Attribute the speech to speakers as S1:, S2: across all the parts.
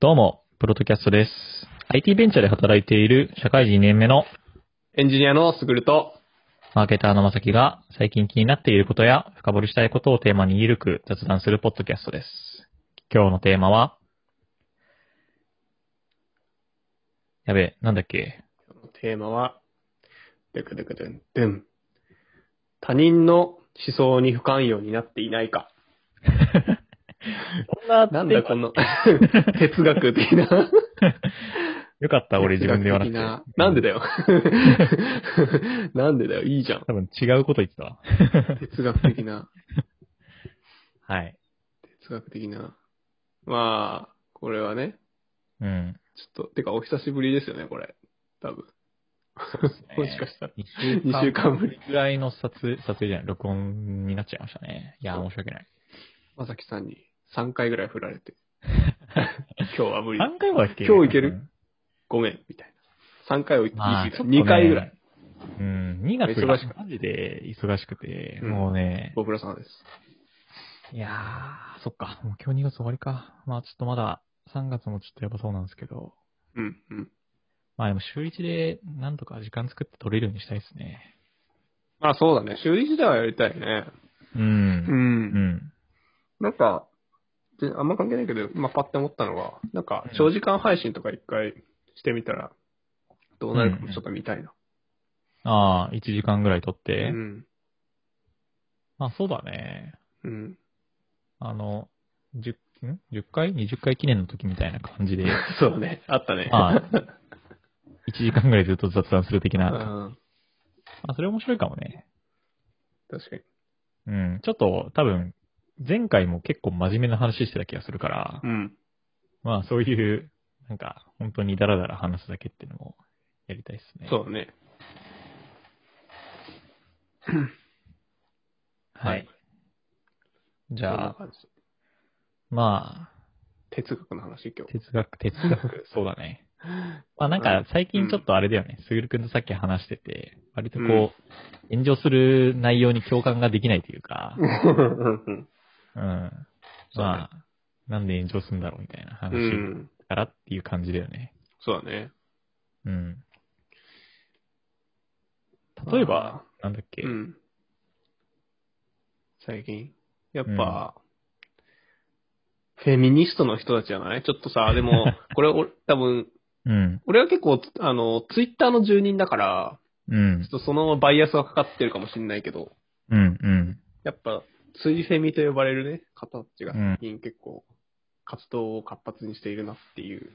S1: どうも、プロトキャストです。IT ベンチャーで働いている社会人2年目の
S2: エンジニアのすぐると、
S1: マーケターのまさきが最近気になっていることや深掘りしたいことをテーマにゆるく雑談するポッドキャストです。今日のテーマは、やべえ、なんだっけ
S2: テーマは、ドゥクドゥクドゥンドゥン。他人の思想に不寛容になっていないか。
S1: こんな
S2: なんだこの哲学的な。
S1: よかった、俺自分で言わなくて。
S2: 哲学的なんでだよ。なんでだよ、いいじゃん。
S1: 多分違うこと言ってたわ。
S2: 哲学的な、
S1: はい。
S2: 哲学的な。まあ、これはね、
S1: うん。
S2: ちょっと、てかお久しぶりですよね、これ。多分。
S1: ね
S2: もしかしたら。
S1: 2
S2: 2週間ぶり。
S1: ぐらいの撮影、撮影じゃない、録音になっちゃいましたね。いや、申し訳ない。
S2: まさきさんに3回ぐらい振 られて。今日は無理。
S1: 何回もだっけ
S2: 今日いけるごめん、みたいな。3回を1
S1: まあ、ちょっとね
S2: 2回ぐらい。。
S1: うん、2月
S2: 忙しかっ
S1: がマジで忙しくて、
S2: うん
S1: もうね、
S2: ご苦労様です。
S1: いやー、そっか、もう今日2月終わりか。まあちょっとまだ3月もちょっとやばそうなんですけど、
S2: うん、うん。
S1: まあでも週1でなんとか時間作って取れるようにしたいですね。
S2: まあそうだね。修理時代はやりたいね。
S1: う。
S2: うん。
S1: うんん。
S2: なんか、であんま関係ないけど、今パッて思ったのは、なんか
S1: うん
S2: 長時間配信とか一回してみたら、どうなるかもちょっと見たいな。
S1: ああ、1時間ぐらい取っ
S2: う
S1: て。
S2: ん。
S1: まあそうだね。
S2: うん。
S1: あの、10、ん ?10 回 ?20 回記念の時みたいな感じで、1
S2: そうだね。あったね。
S1: はい時間ぐらいずっと雑談する的
S2: う
S1: な。ま
S2: ん。
S1: あそれ面白いかもね。
S2: 確かに。
S1: うん、ちょっと多分、前回も結構真面目な話してた気がするから、
S2: うん。
S1: まあそういう、なんか本当にダラダラ話すだけっていうのもやりたいですね。
S2: そうだね。
S1: はい。じ
S2: そんな
S1: ゃあ、
S2: 感じ。
S1: まあ、
S2: 哲学の話、今日。
S1: 哲学、哲 学、そうだね。まあなんか最近ちょっとあれだよね、すぐるくんとさっき話してて、割とこう、炎上する内容に共感ができないというか、
S2: うん。
S1: うん。
S2: そうだね
S1: まあ、なんで炎上するんだろうみたいな
S2: う
S1: 話だ
S2: ん。
S1: からっていう感じだよね。
S2: そうだね。
S1: うん。例えば、なんだっけ、
S2: うん。最近。やっぱ、フェミニストの人たちじゃないちょっ とさ、でも、これ、俺多分、
S1: うん。
S2: 俺は結構、あの、ツイッターの住人だから、
S1: うん
S2: ち。ょっとそのバイアスがかかってるかもしれないけど、
S1: うん。うん。
S2: やっぱ、ツイフェミと呼ばれるね、方たちが
S1: うん
S2: 最近結構、活動を活発にしているなっていう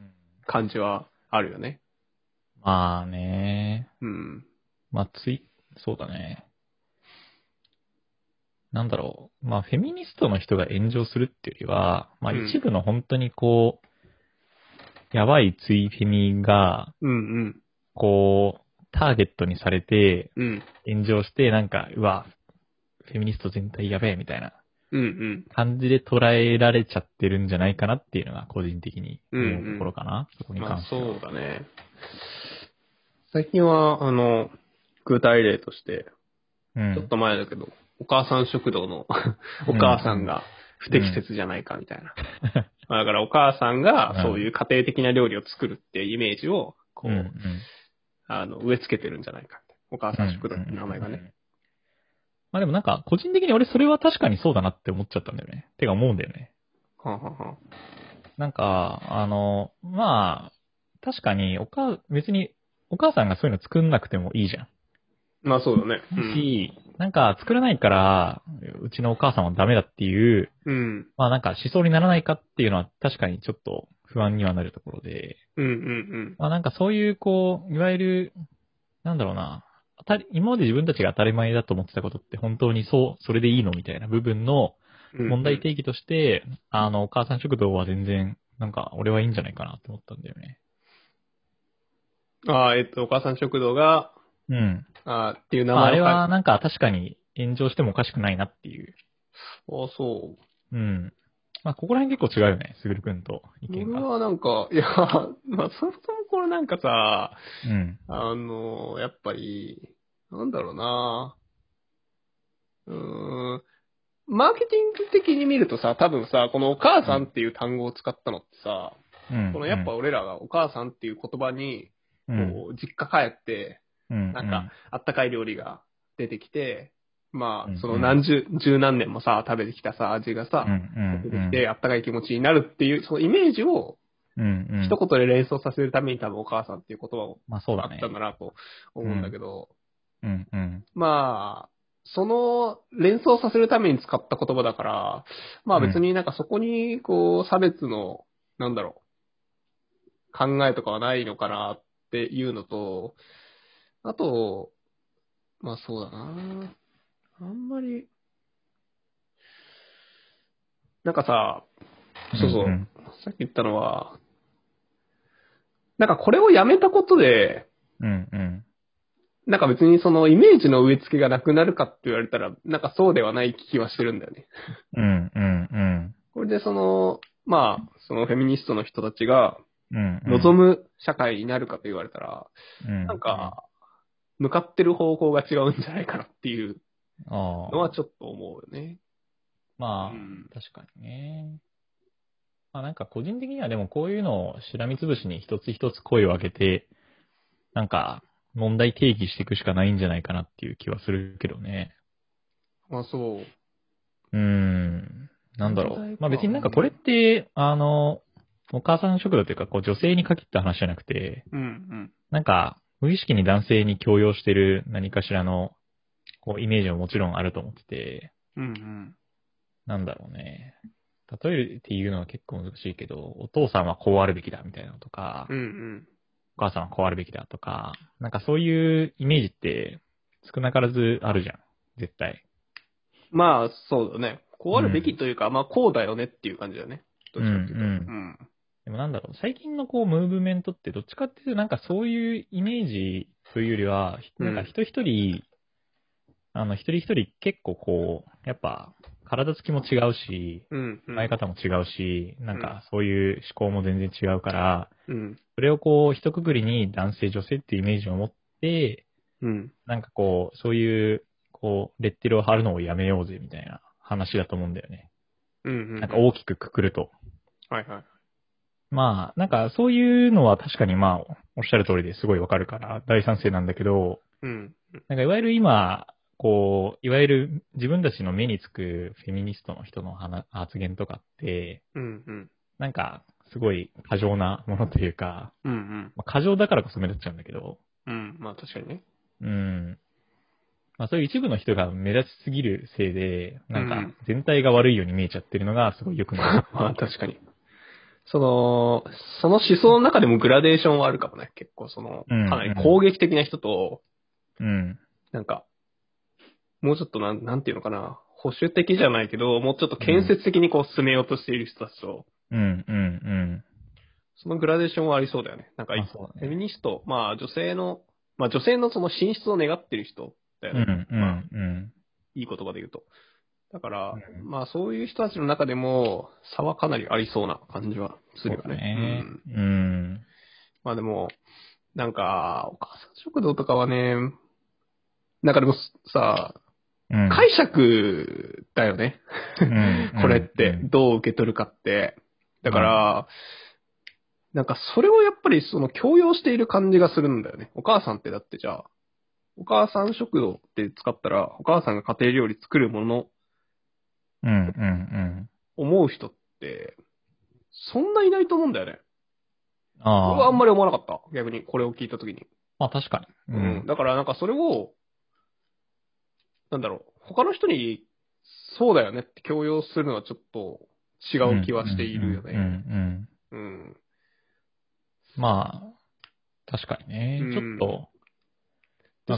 S2: 感じはあるよね。
S1: まあね。
S2: うん。
S1: まあ、つい、そうだね。なんだろう。まあ、フェミニストの人が炎上するっていうよりは、まあ、
S2: うん
S1: 一部の本当にこう、やばいツイフェミが、
S2: うんうん。
S1: こう、ターゲットにされて、
S2: うん。
S1: 炎上して、なんか、うわ、フェミニスト全体やべえ、みたいな
S2: うんうん。
S1: 感じで捉えられちゃってるんじゃないかなっていうのが個人的に思うところかな、そこに
S2: ま
S1: 関
S2: あ
S1: しては。
S2: そうだね。最近は、あの、具体例として、
S1: うん
S2: ちょっと前だけど、お母さん食堂 のお母さんが不適切じゃないかみたいな。まあだからお母さんがそういう家庭的な料理を作るっていうイメージを、こう、
S1: うんうん
S2: あの、植え付けてるんじゃないかみたいな。お母さん食堂って名前が
S1: うんう
S2: ね。
S1: んまあでもなんか、個人的に俺それは確かにそうだなって思っちゃったんだよね。てか思うんだよね。
S2: はんはんはん
S1: なんか、あの、まあ、確かに、おか、別に、お母さんがそういうの作んなくてもいいじゃん。
S2: まあそうだね。うん。
S1: し、なんか作らないから、うちのお母さんはダメだっていう、
S2: うん。
S1: まあなんか思想にならないかっていうのは確かにちょっと不安にはなるところで、
S2: うんうん
S1: まあなんかそういうこう、いわゆる、なんだろうな、当たり今まで自分たちが当たり前だと思ってたことって本当にそう、それでいいのみたいな部分の
S2: うん。
S1: 問題提起として、あの、お母さん食堂は全然、なんか俺はいいんじゃないかなって思ったんだよね。
S2: ああ、えっと、お母さん食堂が、
S1: うん。
S2: ああっていう名
S1: まああ
S2: 前
S1: れ
S2: を
S1: はなんか確かに炎上してもおかしくないなっていう。
S2: 変え。ああ、そう。
S1: うん。まあここら辺結構違うよね、すぐるくんと意見
S2: 僕
S1: が。
S2: はなんか、いや、まあ、そもそもこれなんかさ、
S1: うん。
S2: あの、やっぱり、なんだろうなうーん、マーケティング的に見るとさ、多分さ、このお母さんっていう単語を使ったのってさ、
S1: うん。
S2: そのやっぱ俺らがお母さんっていう言葉に、
S1: うん、
S2: こう、実家帰って、
S1: うん。
S2: なんか、あったかい料理が出てきて、ま
S1: うん
S2: あ、その何十、十何年もさ、食べてきたさ、味がさ
S1: う、ん、う
S2: 出
S1: ん、う
S2: て
S1: ん。
S2: きて、あったかい気持ちになるっていう、そのイメージを、
S1: うん、うん。
S2: 一言で連想させるために多分お母さんっていう言葉を
S1: まあそう
S2: あ
S1: だ
S2: っ
S1: ね
S2: た。んだなと思うんだけど、
S1: うん、うん。
S2: まあ、その連想させるために使った言葉だから、まあ別になんかそこに、こう、差別の、なんだろう、考えとかはないのかなっていうのと、あと、まあそうだなあんまり、なんかさ、そうそう、
S1: ん
S2: さっき言ったのは、なんかこれをやめたことで、
S1: うん、うん。
S2: なんか別にそのイメージの植え付けがなくなるかって言われたら、なんかそうではない気はしてるんだよね。
S1: うん、うん、うん。
S2: これでその、まあ、そのフェミニストの人たちが
S1: うん。
S2: 望む社会になるかと言われたら、
S1: む
S2: なん、か、向かってる方向が違うんじゃないかなっていう
S1: あ
S2: の
S1: あ。
S2: はちょっと思うよね。う
S1: ま
S2: ん
S1: あ、確かにね。まあなんか個人的にはでもこういうのをしらみつぶしに一つ一つ声を上げて、なんか問題定義していくしかないんじゃないかなっていう気はするけどね。
S2: まあそ
S1: う
S2: う。
S1: ーん。なんだろ
S2: 問題
S1: う。
S2: か
S1: まあ別になんかこれって、あの、お母さん食堂というかこう女性に限った話じゃなくて、
S2: うん
S1: なんか無意識に男性に強要してる何かしらのこうイメージももちろんあると思ってて、
S2: うん。うんうん。
S1: なんだろうね。例えるっていうのは結構難しいけど、お父さんはこうあるべきだみたいなのとか、
S2: うんうん。
S1: お母さんはこうあるべきだとか、なんかそういうイメージって少なからずあるじゃん。絶対。
S2: まあそうだね。こうあるべきというか、まあこうだよねっていう感じだよね。どっちかっていうと。
S1: うん
S2: うん
S1: でもなんだろう、最近のこうムーブメントってどっちかっていうとなんかそういうイメージというよりは、
S2: うん
S1: なんか一人一人、あの一人一人結構こう、やっぱ体つきも違うし、
S2: うんうん。
S1: 考え方も違うし、なんかそういう思考も全然違うから、
S2: うん。
S1: それをこう、一括りに男性、女性っていうイメージを持って、
S2: うん。
S1: なんかこう、そういう、こう、レッテルを貼るのをやめようぜ、みたいな話だと思うんだよね。
S2: うんうん。
S1: なんか大きくくくると。
S2: はいはい。
S1: まあ、なんかそういうのは確かにまあ、おっしゃる通りですごいわかるから、大賛成なんだけど、
S2: うん。
S1: なんかいわゆる今、こう、いわゆる自分たちの目につくフェミニストの人の話発言とかって、
S2: うんうん。
S1: なんか、すごい過剰なものというか、
S2: うんうん。
S1: まあ、過剰だからこそ目立っちゃうんだけど、
S2: うん。まあ確かにね。
S1: うん。まあそういう一部の人が目立ちすぎるせいで、なん
S2: う
S1: か
S2: ん
S1: 全体が悪いように見えちゃってるのがすごい良くない。
S2: ま あ確かに。その、その思想の中でもグラデーションはあるかもね。結構その、
S1: うんうん
S2: かなり攻撃的な人と、
S1: うん。
S2: なんか、もうちょっとなん、なんていうのかな。保守的じゃないけど、もうちょっと建設的にこう進めようとしている人たちと、
S1: うん、うん、うん。
S2: そのグラデーションはありそうだよね。なんか、
S1: まあそう
S2: フェ
S1: だ
S2: ミ
S1: ね。
S2: ニスト、まあ女性の、まあ女性のその進出を願ってる人だよ
S1: う
S2: ね。
S1: ん、う
S2: まあ
S1: ん、うん。
S2: いい言葉で言うと。だから、
S1: うん
S2: まあそういう人たちの中でも差はかなりありそうな感じはするよ
S1: そうだ
S2: ね。
S1: ね
S2: うん。
S1: うん。
S2: まあでも、なんか、お母さん食堂とかはね、なんかでもさ、
S1: うん。
S2: 解釈だよね。
S1: うん
S2: これって
S1: うん、
S2: どう受け取るかって。だから、なんかそれをやっぱりその強要している感じがするんだよね。お母さんってだってじゃあ、お母さん食堂って使ったら、お母さんが家庭料理作るもの
S1: うん、うん、
S2: 思う人って、そんないないと思うんだよね。
S1: うん。あ
S2: 僕はあ
S1: あ。
S2: んまり思わなかった。逆に、これを聞いたときに。
S1: まあ確かに。
S2: うん。。だから、なんかそれを、なんだろう、他の人に、そうだよねって強要するのはちょっと違う気はしているよ
S1: うん、うん
S2: ね。
S1: うん。
S2: うん。
S1: まあ、確かにね。
S2: うん
S1: ちょっと。
S2: で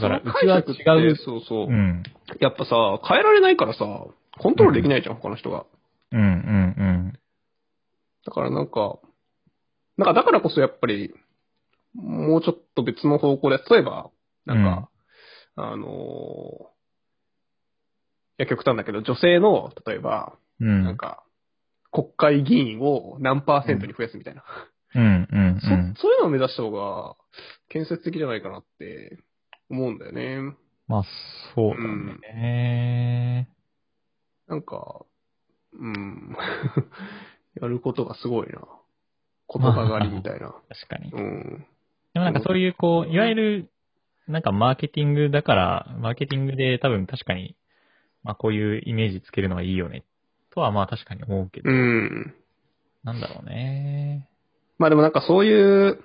S1: だから、
S2: そ
S1: う
S2: の
S1: ちは
S2: 解釈って
S1: 違う。
S2: そうそう
S1: う。ん。
S2: やっぱさ、変えられないからさ、コントロールできないじゃん、他の人が。
S1: うん、うん、
S2: だからなんか、なんかだからこそやっぱり、もうちょっと別の方向で、例えば、なんか、あのーいや、極端だけど、女性の、例えば、
S1: うん。うん。
S2: なんか、国会議員を何パーセントに増やすみたいな。
S1: うん、うん、うん。
S2: そそういうのを目指した方が、建設的じゃないかなって思うんだよね。
S1: まあ、そうだね。
S2: なんか、うん。やることがすごいな。言葉狩りみたいな。
S1: 確かに。
S2: うん。
S1: でもなんかそういう、こう、いわゆる、なんかマーケティングだから、マーケティングで多分確かに、まあこういうイメージつけるのはいいよね、とはまあ確かに思うけど、
S2: うん。
S1: なんだろうね。
S2: まあでもなんかそういう、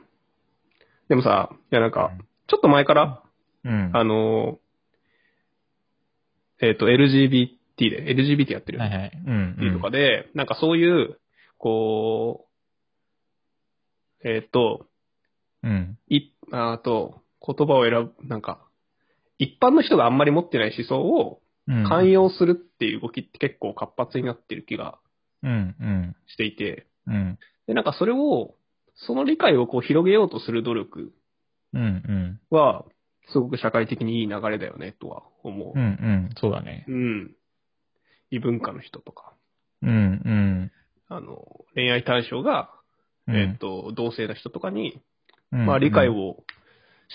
S2: でもさ、いやなんか、ちょっと前から、
S1: うん。
S2: あの、えっ、と、LGBT で、LGBT やってる
S1: はいはい。うん、うん。
S2: LGBT とかで、なんかそういう、こう、えっ、と、
S1: うん。
S2: い、あと、言葉を選ぶ、なんか、一般の人があんまり持ってない思想を
S1: うん。
S2: 寛容するっていう動きって結構活発になってる気が
S1: うん、うん、
S2: していて、
S1: うん。
S2: で、なんかそれを、その理解をこう広げようとする努力
S1: うん、うん。
S2: は、すごく社会的にいい流れだよね、とは思
S1: うん、うん。そうだね
S2: う。。うん。異文化の人とか、
S1: うん、
S2: あの、恋愛対象が、
S1: うん。
S2: えっ、と、同性の人とかに、
S1: うん、
S2: まあ理解
S1: うん。
S2: を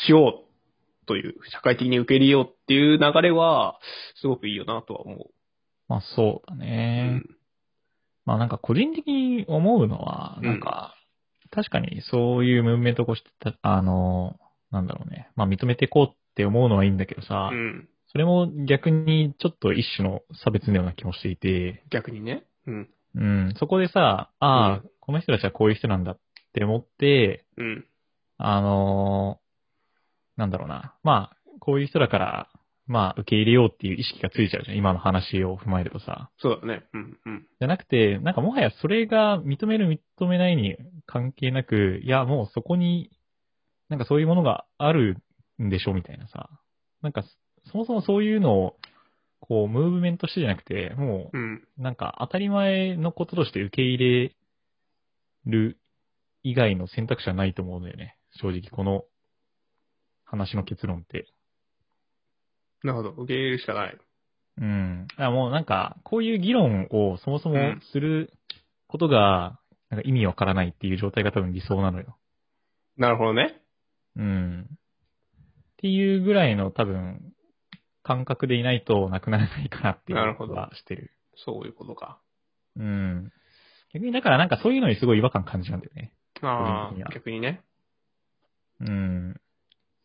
S2: しようという、社会的に受け入れようっていう流れは、すごくいいよなとは思
S1: まあそうだ
S2: う。う
S1: ね。
S2: ん。
S1: まあなんか個人的に思うのは、
S2: うん
S1: なんか、確かにそういうムーブメントを起こしてた、あの、なんだろうね。まあ認めていこうって思うのはいいんだけどさ、
S2: うん。
S1: それも逆にちょっと一種の差別のような気もしていて、
S2: 逆にね。うん。
S1: うん、そこでさ、ああ、この人たちはこういう人なんだって思って、
S2: うん。
S1: あの、なんだろうな。まあ、こういう人だから、まあ受け入れようっていう意識がついちゃうじゃん。今の話を踏まえるとさ。
S2: そうだね。うん。うん。
S1: じゃなくて、なんかもはやそれが認める認めないに関係なく、いやもうそこに、なんかそういうものがあるんでしょみたいなさ。なんかそそもそもそういうのを、こう、ムーブメントしてじゃなくて、も
S2: うん。
S1: う、なんか当たり前のこととして受け入れる以外の選択肢はないと思うんだよね。正直、この話の結論って。
S2: なるほど。受け入れるしかない。
S1: うん。だからもうなんか、こういう議論をそもそも
S2: うん
S1: することが、なんか意味わからないっていう状態が多分理想なのよ。
S2: なるほどね。
S1: うん。っていうぐらいの多分、感覚でいないとなくならないかなってい
S2: な
S1: う
S2: るほど
S1: はしてる。
S2: そういうことか。
S1: うん。逆にだからなんかそういうのにすごい違和感感じるんだよね。
S2: あ
S1: 個人的には
S2: あ、逆にね。
S1: うん。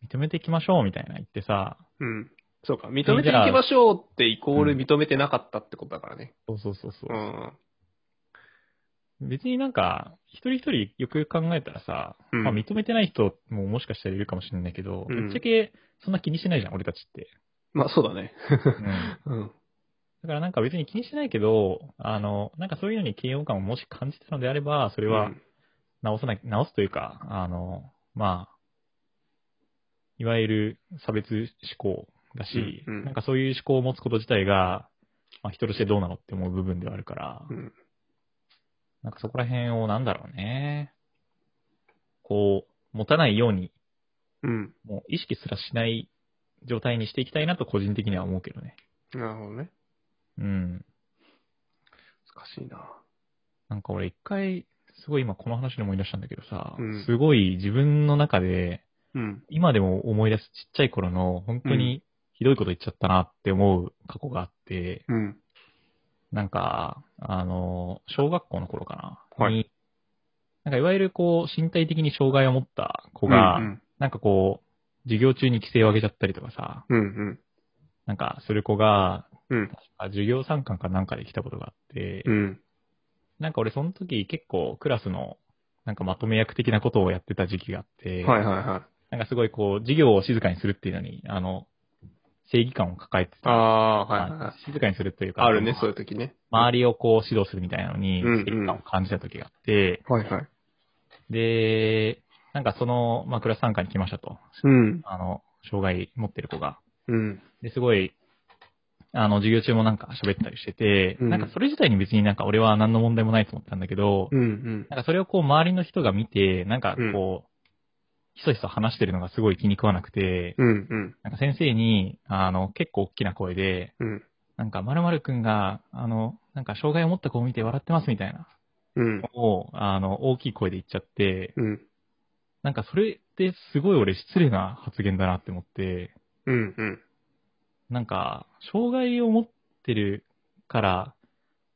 S1: 認めていきましょうみたいな言ってさ、
S2: うん。そうか。認めていきましょうってイコール認めてなかったってことだからね。
S1: そうそうそうそう
S2: う。ん。
S1: 別になんか、一人一人よくよく考えたらさ、
S2: うん
S1: まあ認めてない人ももしかしたらいるかもしれないけど、
S2: うん
S1: ぶっちゃけそんな気にしないじゃん、俺たち って。
S2: まあそうだね。
S1: うん、だ
S2: うん。
S1: からなんか別に気にしないけど、あの、なんかそういうのに嫌悪感をもし感じたのであれば、それ
S2: う
S1: は
S2: ん
S1: 直さなき、直すというか、あの、まあ、いわゆる差別思考だし、
S2: うんうん
S1: なんかそういう思考を持つこと自体が、まあ人としてどうなのって思う部分ではあるから、
S2: うん。
S1: なんかそこら辺をなんだろうね。こう、持たないように、
S2: うん。
S1: もう意識すらしない状態にしていきたいなと個人的には思うけどね。
S2: なるほどね。
S1: うん。
S2: 難しいな。
S1: なんか俺一回、すごい今この話で思い出したんだけどさ、
S2: うん
S1: すごい自分の中で、
S2: うん。
S1: 今でも思い出すちっちゃい頃の本当にひどいこと言っちゃったなって思う過去があって、
S2: うん。
S1: なんか、あの、小学校の頃かな。
S2: はい
S1: になんかいわゆるこう、身体的に障害を持った子
S2: う
S1: が、
S2: ん。
S1: なんかこう、授業中に規制を上げちゃったりとかさ、
S2: うん。うん。
S1: なんかする子が、
S2: うん。
S1: あ授業参観かなんかで来たことがあって、
S2: うん。
S1: なんか俺その時結構クラスの、なんかまとめ役的なことをやってた時期があって、
S2: はいはいは
S1: なんかすごいこう、授業を静かにするっていうのに、あの、正義感を抱えて
S2: い。
S1: た。
S2: ああー、はい
S1: ま
S2: はいは
S1: あ
S2: い。
S1: 静かにするというか、
S2: あるね
S1: ま、あ
S2: そういう時ね。
S1: 周りをこう指導するみたいなのに、
S2: うんうん
S1: 正義感を感じた時があって、
S2: はいはい。
S1: で、なんかその、まあクラス参観に来ましたと。
S2: うん。
S1: あの、障害持ってる子が。
S2: うん。
S1: で、すごい、あの、授業中もなんか喋ったりしてて、
S2: うん
S1: なんかそれ自体に別になんか俺は何の問題もないと思ったんだけど、
S2: うん。うん。
S1: なんかそれをこう周りの人が見て、なんかこう、ひそひそ話してるのがすごい気に食わなくて、
S2: うん。うん。
S1: なんか先生に、あの、結構大きな声で、
S2: うん。
S1: なんか〇〇くんが、あの、なんか障害を持った子を見て笑ってますみたいな
S2: うん。
S1: のを、あの、大きい声で言っちゃって、
S2: うん。
S1: なんかそれってすごい俺失礼な発言だなって思って、
S2: うん。うん。
S1: なんか、障害を持ってるから、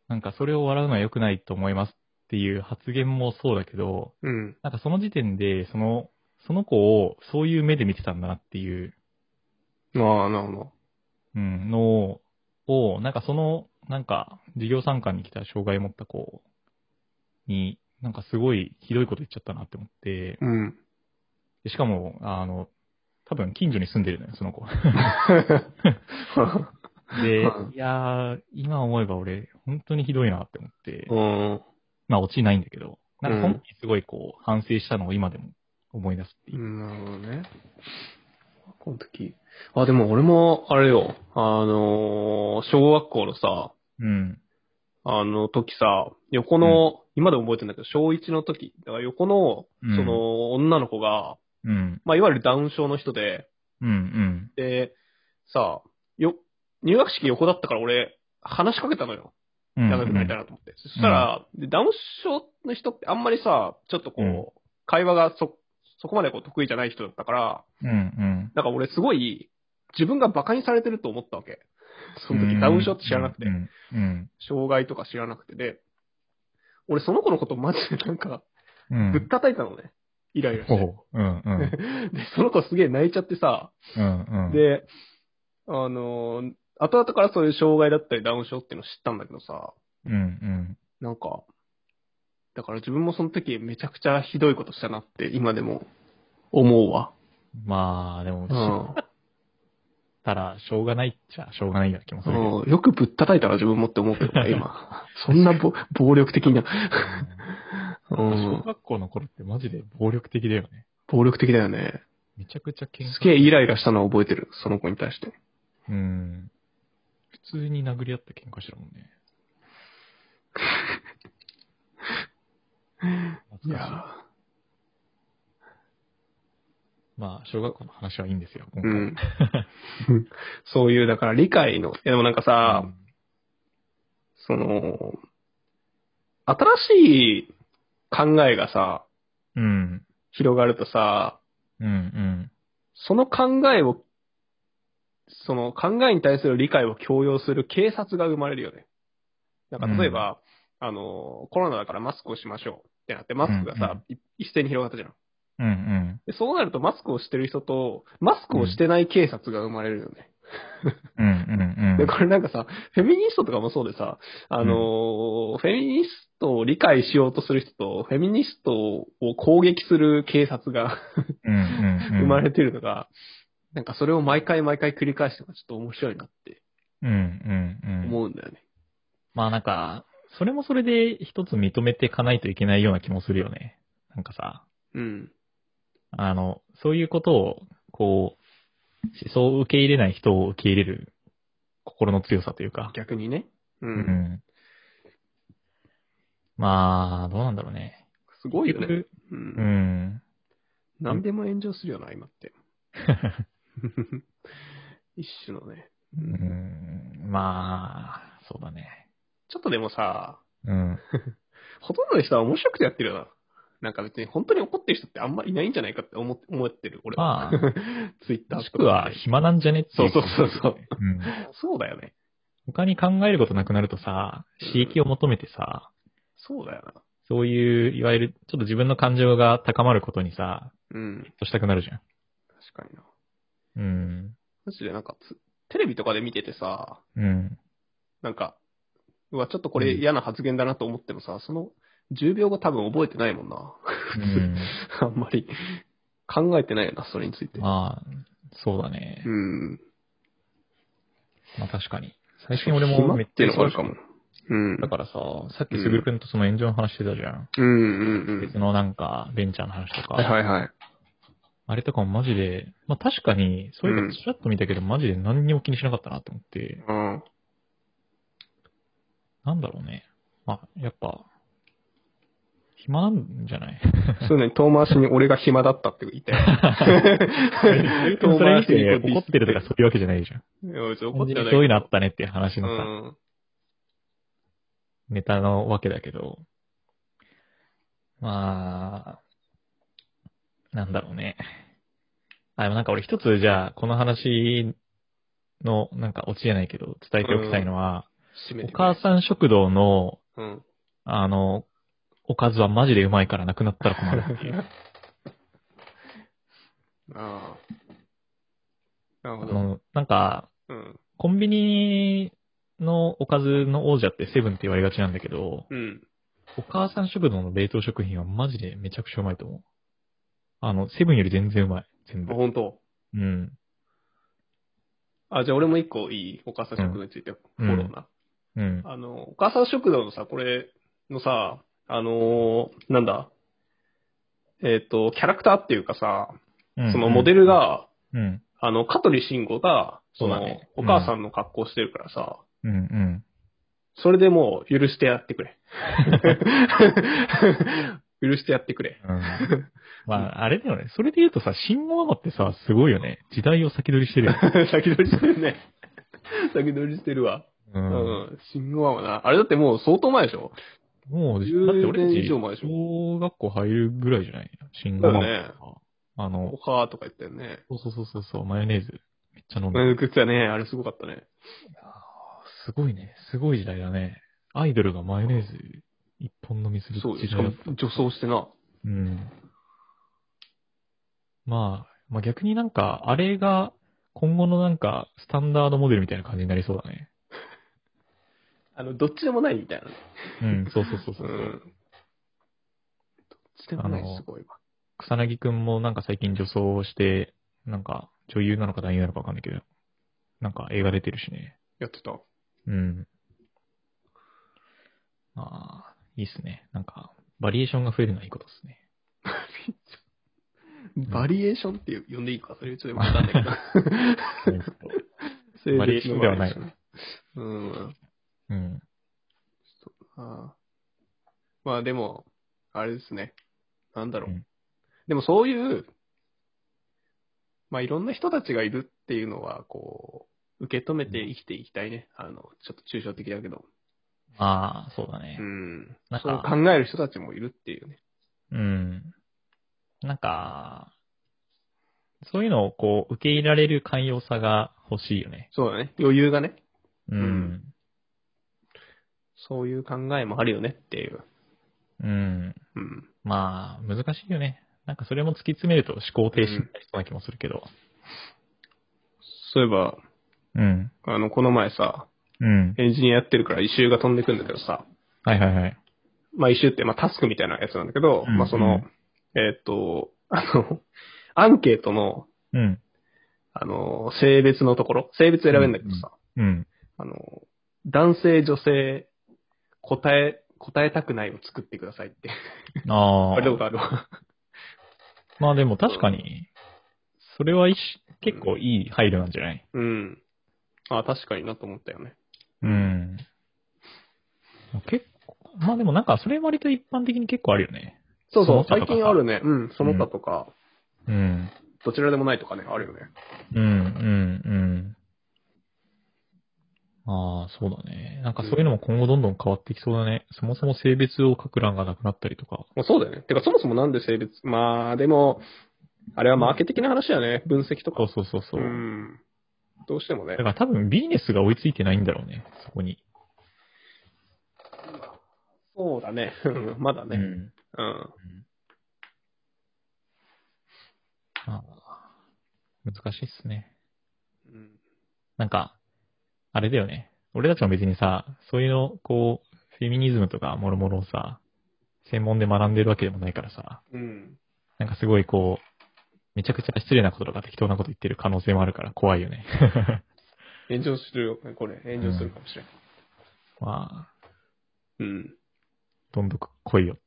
S1: なんかそれを笑うのは良くないと思いますってっていう発言もそうだけど、
S2: うん。
S1: なんかその時点で、その、その子をそういう目で見てたんだなっていう、
S2: ああ、なるほど。
S1: うん、のを、なんかその、なんか、授業参観に来た障害を持った子に、なんかすごいひどいこと言っちゃったなって思って、
S2: うん。
S1: でしかも、あの、多分近所に住んでるのよ、その子。で
S2: う、
S1: いやー、今思えば俺、本当にひどいなって思って、
S2: うん。
S1: まあ、落ちないんだけど、なんか、
S2: うん
S1: その時すごいこう、反省したのを今でも思い出すって
S2: う
S1: いう。
S2: んなるほどね。この時。あ、でも俺も、あれよ、あのー小学校のさ、
S1: うん。
S2: あの時さ、横の、今でも覚えてんだけど、小1の時、だから横の、
S1: うん
S2: その、女の子が、
S1: うん。
S2: まあ、いわゆるダウン症の人で、
S1: うん。うん。
S2: で、さ、よ、入学式横だったから俺、話しかけたのよ。
S1: うん。
S2: 仲良くなりたいなと思って。そしたら、でダウン症の人ってあんまりさ、ちょっとこう、
S1: うん
S2: 会話がそ、そこまでこう得意じゃない人だったから、
S1: うん。うん。
S2: なんか俺すごい、自分が馬鹿にされてると思ったわけ。その時、ダウン症って知らなくて
S1: う、ん。うん。
S2: 障害とか知らなくてで、俺その子のことマジでなんか、
S1: うん。
S2: ぶったたいたのね。イライラし
S1: ほ
S2: て。
S1: う。うん。うん。
S2: で、その子すげえ泣いちゃってさ、
S1: うん。うん。
S2: で、あのー後々からそういう障害だったりダウン症っていうの知ったんだけどさ、
S1: うん。うん。
S2: なんか、だから自分もその時めちゃくちゃひどいことしたなって今でも思うわ。
S1: まあ、でも、知
S2: うん
S1: ったら、しょうがないっちゃ、しょうがないような気もするけど。
S2: うんよくぶったたいたら自分もって思う けどね、今。そんなぼ暴力的な、う
S1: 小
S2: ん。
S1: 学校の頃ってマジで暴力的だよね。
S2: 暴力的だよね。
S1: めちゃくちゃ喧嘩。
S2: すげえイライラしたのは覚えてる、その子に対して。
S1: うん。普通に殴り合って喧嘩してるもんね。
S2: い
S1: 懐かしい。
S2: や
S1: まあ、小学校の話はいいんですよ、今
S2: ーう
S1: 回。
S2: ん。そういう、だから理解の、いやでもなんかさ、その、新しい考えがさ、
S1: うん。
S2: 広がるとさ、
S1: うん、うん。
S2: その考えを、その考えに対する理解を強要する警察が生まれるよね。なんか例えば、あの、コロナだからマスクをしましょうってなって、マスクがさ、い一斉に広がったじゃん。
S1: うん、うん。
S2: でそうなるとマスクをしてる人と、マスクをしてない警察が生まれるよね。
S1: うん、うん、う
S2: で、
S1: ん。
S2: これなんかさ、フェミニストとかもそうでさ、あの、フェミニストを理解しようとする人と、フェミニストを攻撃する警察が
S1: うん、うん。
S2: 生まれてるのが、なんかそれを毎回毎回繰り返してるのがちょっと面白いなって
S1: うん、うん、うん。
S2: 思うんだよね。
S1: まあなんか、それもそれで一つ認めていかないといけないような気もするよね。なんかさ、
S2: うん。
S1: あの、そういうことを、こう、思想を受け入れない人を受け入れる心の強さというか。
S2: 逆にね。う。
S1: うんん。まあ、どうなんだろうね。
S2: すごいよね。
S1: 結
S2: う。
S1: 局うんん。
S2: 何でも炎上するよな、今って。一種のね。
S1: う
S2: う
S1: んん。まあ、そうだね。
S2: ちょっとでもさ、
S1: うん。
S2: ほとんどの人は面白くてやってるよな。なんか別に本当に怒ってる人ってあんまいないんじゃないかって思って思ってる、俺
S1: ま
S2: は。
S1: あ、
S2: ツイッター
S1: もしくは暇なんじゃねってい
S2: そうそうそうそう
S1: うん。
S2: そうだよね。
S1: 他に考えることなくなるとさ、刺激を求めてさ、
S2: そうだよな。
S1: そういう、いわゆる、ちょっと自分の感情が高まることにさ、
S2: うん。
S1: としたくなるじゃん。
S2: 確かにな。
S1: うん。
S2: マジでなんかつ、テレビとかで見ててさ、
S1: うん。
S2: なんか、うわ、ちょっとこれ嫌な発言だなと思ってもさ、その10秒後多分覚えてないもんな。
S1: うん、
S2: あんまり考えてないよな、それについて。
S1: まあ、そうだね
S2: う。ん。
S1: まあ確かに。最近俺もめっち
S2: て
S1: ゃ
S2: のがあるかも。うん。
S1: だからさ、さっきすぐるくんとその炎上の話してたじゃん。
S2: うんうん
S1: 別のなんか、ベンチャーの話と
S2: うん。
S1: か。
S2: はいはいはい。
S1: あれとかもマジで、まあ確かに、そういう
S2: うん
S1: のちらっと見たけど、マジで何にも気にしなかったなと思って、
S2: うん。
S1: なんだろうね。まあ、やっぱ、暇なんじゃない
S2: そうね、遠回しに俺が暇だったって言ったよ。
S1: それ見
S2: 遠回しに
S1: て
S2: こうディス
S1: 怒ってるとかそういうわけじゃないじゃん。
S2: いや別に怒
S1: 本
S2: っ
S1: 当
S2: て
S1: にそ
S2: はないう
S1: いうのあったねっていう話
S2: う
S1: のさ、
S2: ん。
S1: ネタのわけだけど、まあ、なんだろうね。あ、でもなんか俺一つじゃあ、この話の、なんかオチじゃないけど、伝えておきたいのは、
S2: 閉め
S1: お
S2: てくれ
S1: 母さん食堂の、
S2: うん。
S1: あの、おかずはマジでうまいからなくなったら困 るっていう。
S2: ああ。なる
S1: あ
S2: ほど。
S1: の、なんか、
S2: うん。
S1: コンビニのおかずの王者ってセブンって言われがちなんだけど、
S2: うん。
S1: お母さん食堂の冷凍食品はマジでめちゃくちゃうまいと思う。あの、セブンより全然うまい。全
S2: あ、
S1: 部。
S2: 本当。
S1: うん。
S2: あ、じゃあ俺も一個いいお母さん食堂についてフォローな。
S1: うん。
S2: あの、お母さん食堂のさ、これのさ、あのーなんだ、えっ、と、キャラクターっていうかさ、そのモデル、が、
S1: うん。
S2: あの、香取慎吾が、その、
S1: そうだね
S2: お母さんの格好してるからさ、
S1: うん、うん。
S2: それでもう許してやって くれ。許してやってくれ。
S1: うんまあ、あれだよね。それで言うとさ、新のママってさ、すごいよね。時代を先取りしてる よね。
S2: 先取りしてるね。先取りしてるわ。
S1: う。
S2: うんん。慎吾はな。あれだってもう相当前でしょ
S1: もう、だ
S2: 10
S1: って俺た
S2: 年以
S1: ち、
S2: 上前でしょ
S1: 小学校入るぐらいじゃない新のママ
S2: だよね
S1: とか。あの
S2: お、かーとか言ったよね。
S1: そうそうそうそうそう、マヨネーズ。めっちゃ飲んで
S2: うん、食ってたね。あれすごかったね。
S1: すごいね。すごい時代だね。アイドルがマヨネーズ一本飲みする時
S2: そう、
S1: 代
S2: しか
S1: だ
S2: も
S1: った
S2: 女装してな。
S1: うん。まあ、まあ逆になんか、あれが今後のなんか、スタンダードモデルみたいな感じになりそうだね。
S2: あの、どっちでもないみたいな。
S1: うん、そうそうそうそうう。
S2: ん。どっちでもな
S1: あの
S2: い、すごいわ。
S1: 草薙くんもなんか最近女装をして、なんか女優なのか男優なのかわかんないけど、なんか映画出てるしね。
S2: やってた。
S1: うん。まあ、いいっすね。なんか、バリエーションが増えるのはいいことっすね。
S2: バリエーションって呼んでいいかそれちょっとわかんないけど。 それ
S1: バリエーションではない
S2: バリエーションうん。
S1: うん。
S2: あーまあでも、あれですね。なんだろう。
S1: うん
S2: でもそういう、まあいろんな人たちがいるっていうのは、こう、受け止めて生きていきたいね。あの、ちょっと抽象的だけど。
S1: ああ、そうだね
S2: う。ん。
S1: なん
S2: そう
S1: か、
S2: 考える人たちもいるっていうね。
S1: うん。なんか、そういうのをこう、受け入れられる寛容さが欲しいよね。
S2: そうだね。余裕がね。
S1: うん。
S2: そういう考えもあるよねっていう。
S1: うん。
S2: うん。
S1: まあ、難しいよね。なんかそれも突き詰めると思考停止になりそうな気もするけど。
S2: そういえば、
S1: うん。
S2: あの、この前さ、
S1: うん。
S2: エンジニアやってるから一周が飛んでくんだけどさ、
S1: はいはいはい。
S2: まあ一周って、まあタスクみたいなやつなんだけど、
S1: うん
S2: まあそうの
S1: ん、
S2: えーっと、 あの、アンケートの、
S1: うん。
S2: あの、性別のところ、性別選べるんだけどさ、
S1: うん。
S2: あの、男性、女性、答え、答えたくないを作ってくださいって。
S1: あ
S2: あれたこ
S1: あ。
S2: とあるわ。
S1: まあでも確かに、それは一種結構いい配慮なんじゃない
S2: うん。あ、確かになと思ったよね。
S1: うん。結構、まあでもなんかそれ割と一般的に結構あるよね。
S2: そうそう、
S1: その他
S2: 最
S1: とか
S2: 近あるね。うん、その他とか、
S1: うん。
S2: どちらでもないとかね、あるよね。
S1: うん、うん、うん。ああ、そうだね。なんかそういうのも今後どんどん変わってきそうだね。そもそも性別を書く欄がなくなったりとか。
S2: まあ、そうだよね。てか、そもそもなんで性別、まあ、でも、あれはマーケ的な話だよね。分析と
S1: そう
S2: か。
S1: そうそうそう。
S2: ん。どうしても
S1: だ
S2: ね
S1: か。ら多分ビジネスが追いついてないんだろうね、そこに。
S2: そうだね。うん まだ
S1: う
S2: ね。
S1: ん。
S2: うん。
S1: ああ難しいっすね。
S2: うん。
S1: なんか、あれだよね。俺たちも別にさ、そういうの、こう、フェミニズムとかもろもろをさ、専門で学んでるわけでもないからさ、
S2: うん。
S1: なんかすごいこう、めちゃくちゃ失礼なこととか適当なこと言ってる可能性もあるから怖いよ ね。
S2: 炎上するよ。これ、炎上するかもしれん。
S1: まあ、
S2: うん。
S1: どんどん来いよ。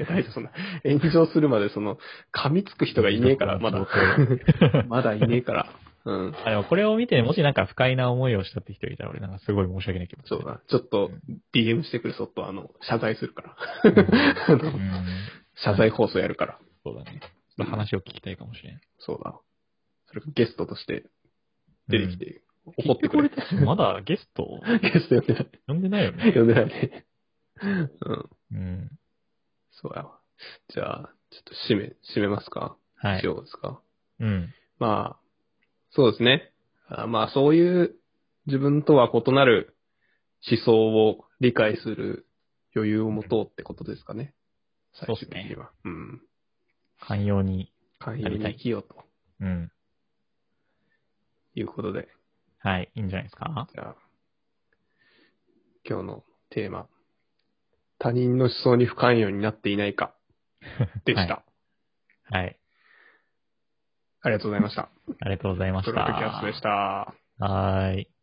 S2: えらいそんな、炎上するまで、その、噛みつく人がいねえから、まだ。 まだいねえから。うん。
S1: あ、でもこれを見て、もしなんか不快な思いをしたって人いたら俺なんかすごい申し訳ないけど。
S2: そうだ。ちょっと、DM してくれ、そっと、あの、謝罪するから。あ
S1: う
S2: の
S1: ん。
S2: 謝罪放送やるから。
S1: そうだね。ちょっと話を聞きたいかもしれん。
S2: そうだ。それがゲストとして出てきて、怒っ
S1: 結
S2: てく
S1: 局
S2: れ
S1: 俺。たちまだゲスト
S2: ゲスト呼んでない。
S1: 呼んでないよね。
S2: 呼んでないね。うん。
S1: うん。
S2: そうやわ。じゃあ、ちょっと締め、締めますか
S1: は
S2: し
S1: い。
S2: ようですか
S1: うん。
S2: まあ、そうですね。あまあ、そういう自分とは異なる思想を理解する余裕を持とうってことですかね。
S1: そうっすね
S2: 最終的には。うん。
S1: 寛容に。
S2: 寛容に生きようと
S1: うん。
S2: いうことで、
S1: はい。いいんじゃないですか
S2: じゃあ、今日のテーマ、他人の思想に不寛容になっていないか、でした。
S1: ははい。
S2: ありがとうございました。
S1: ありがとうございまし
S2: ト
S1: た。
S2: ラックキャストでした。
S1: はーい。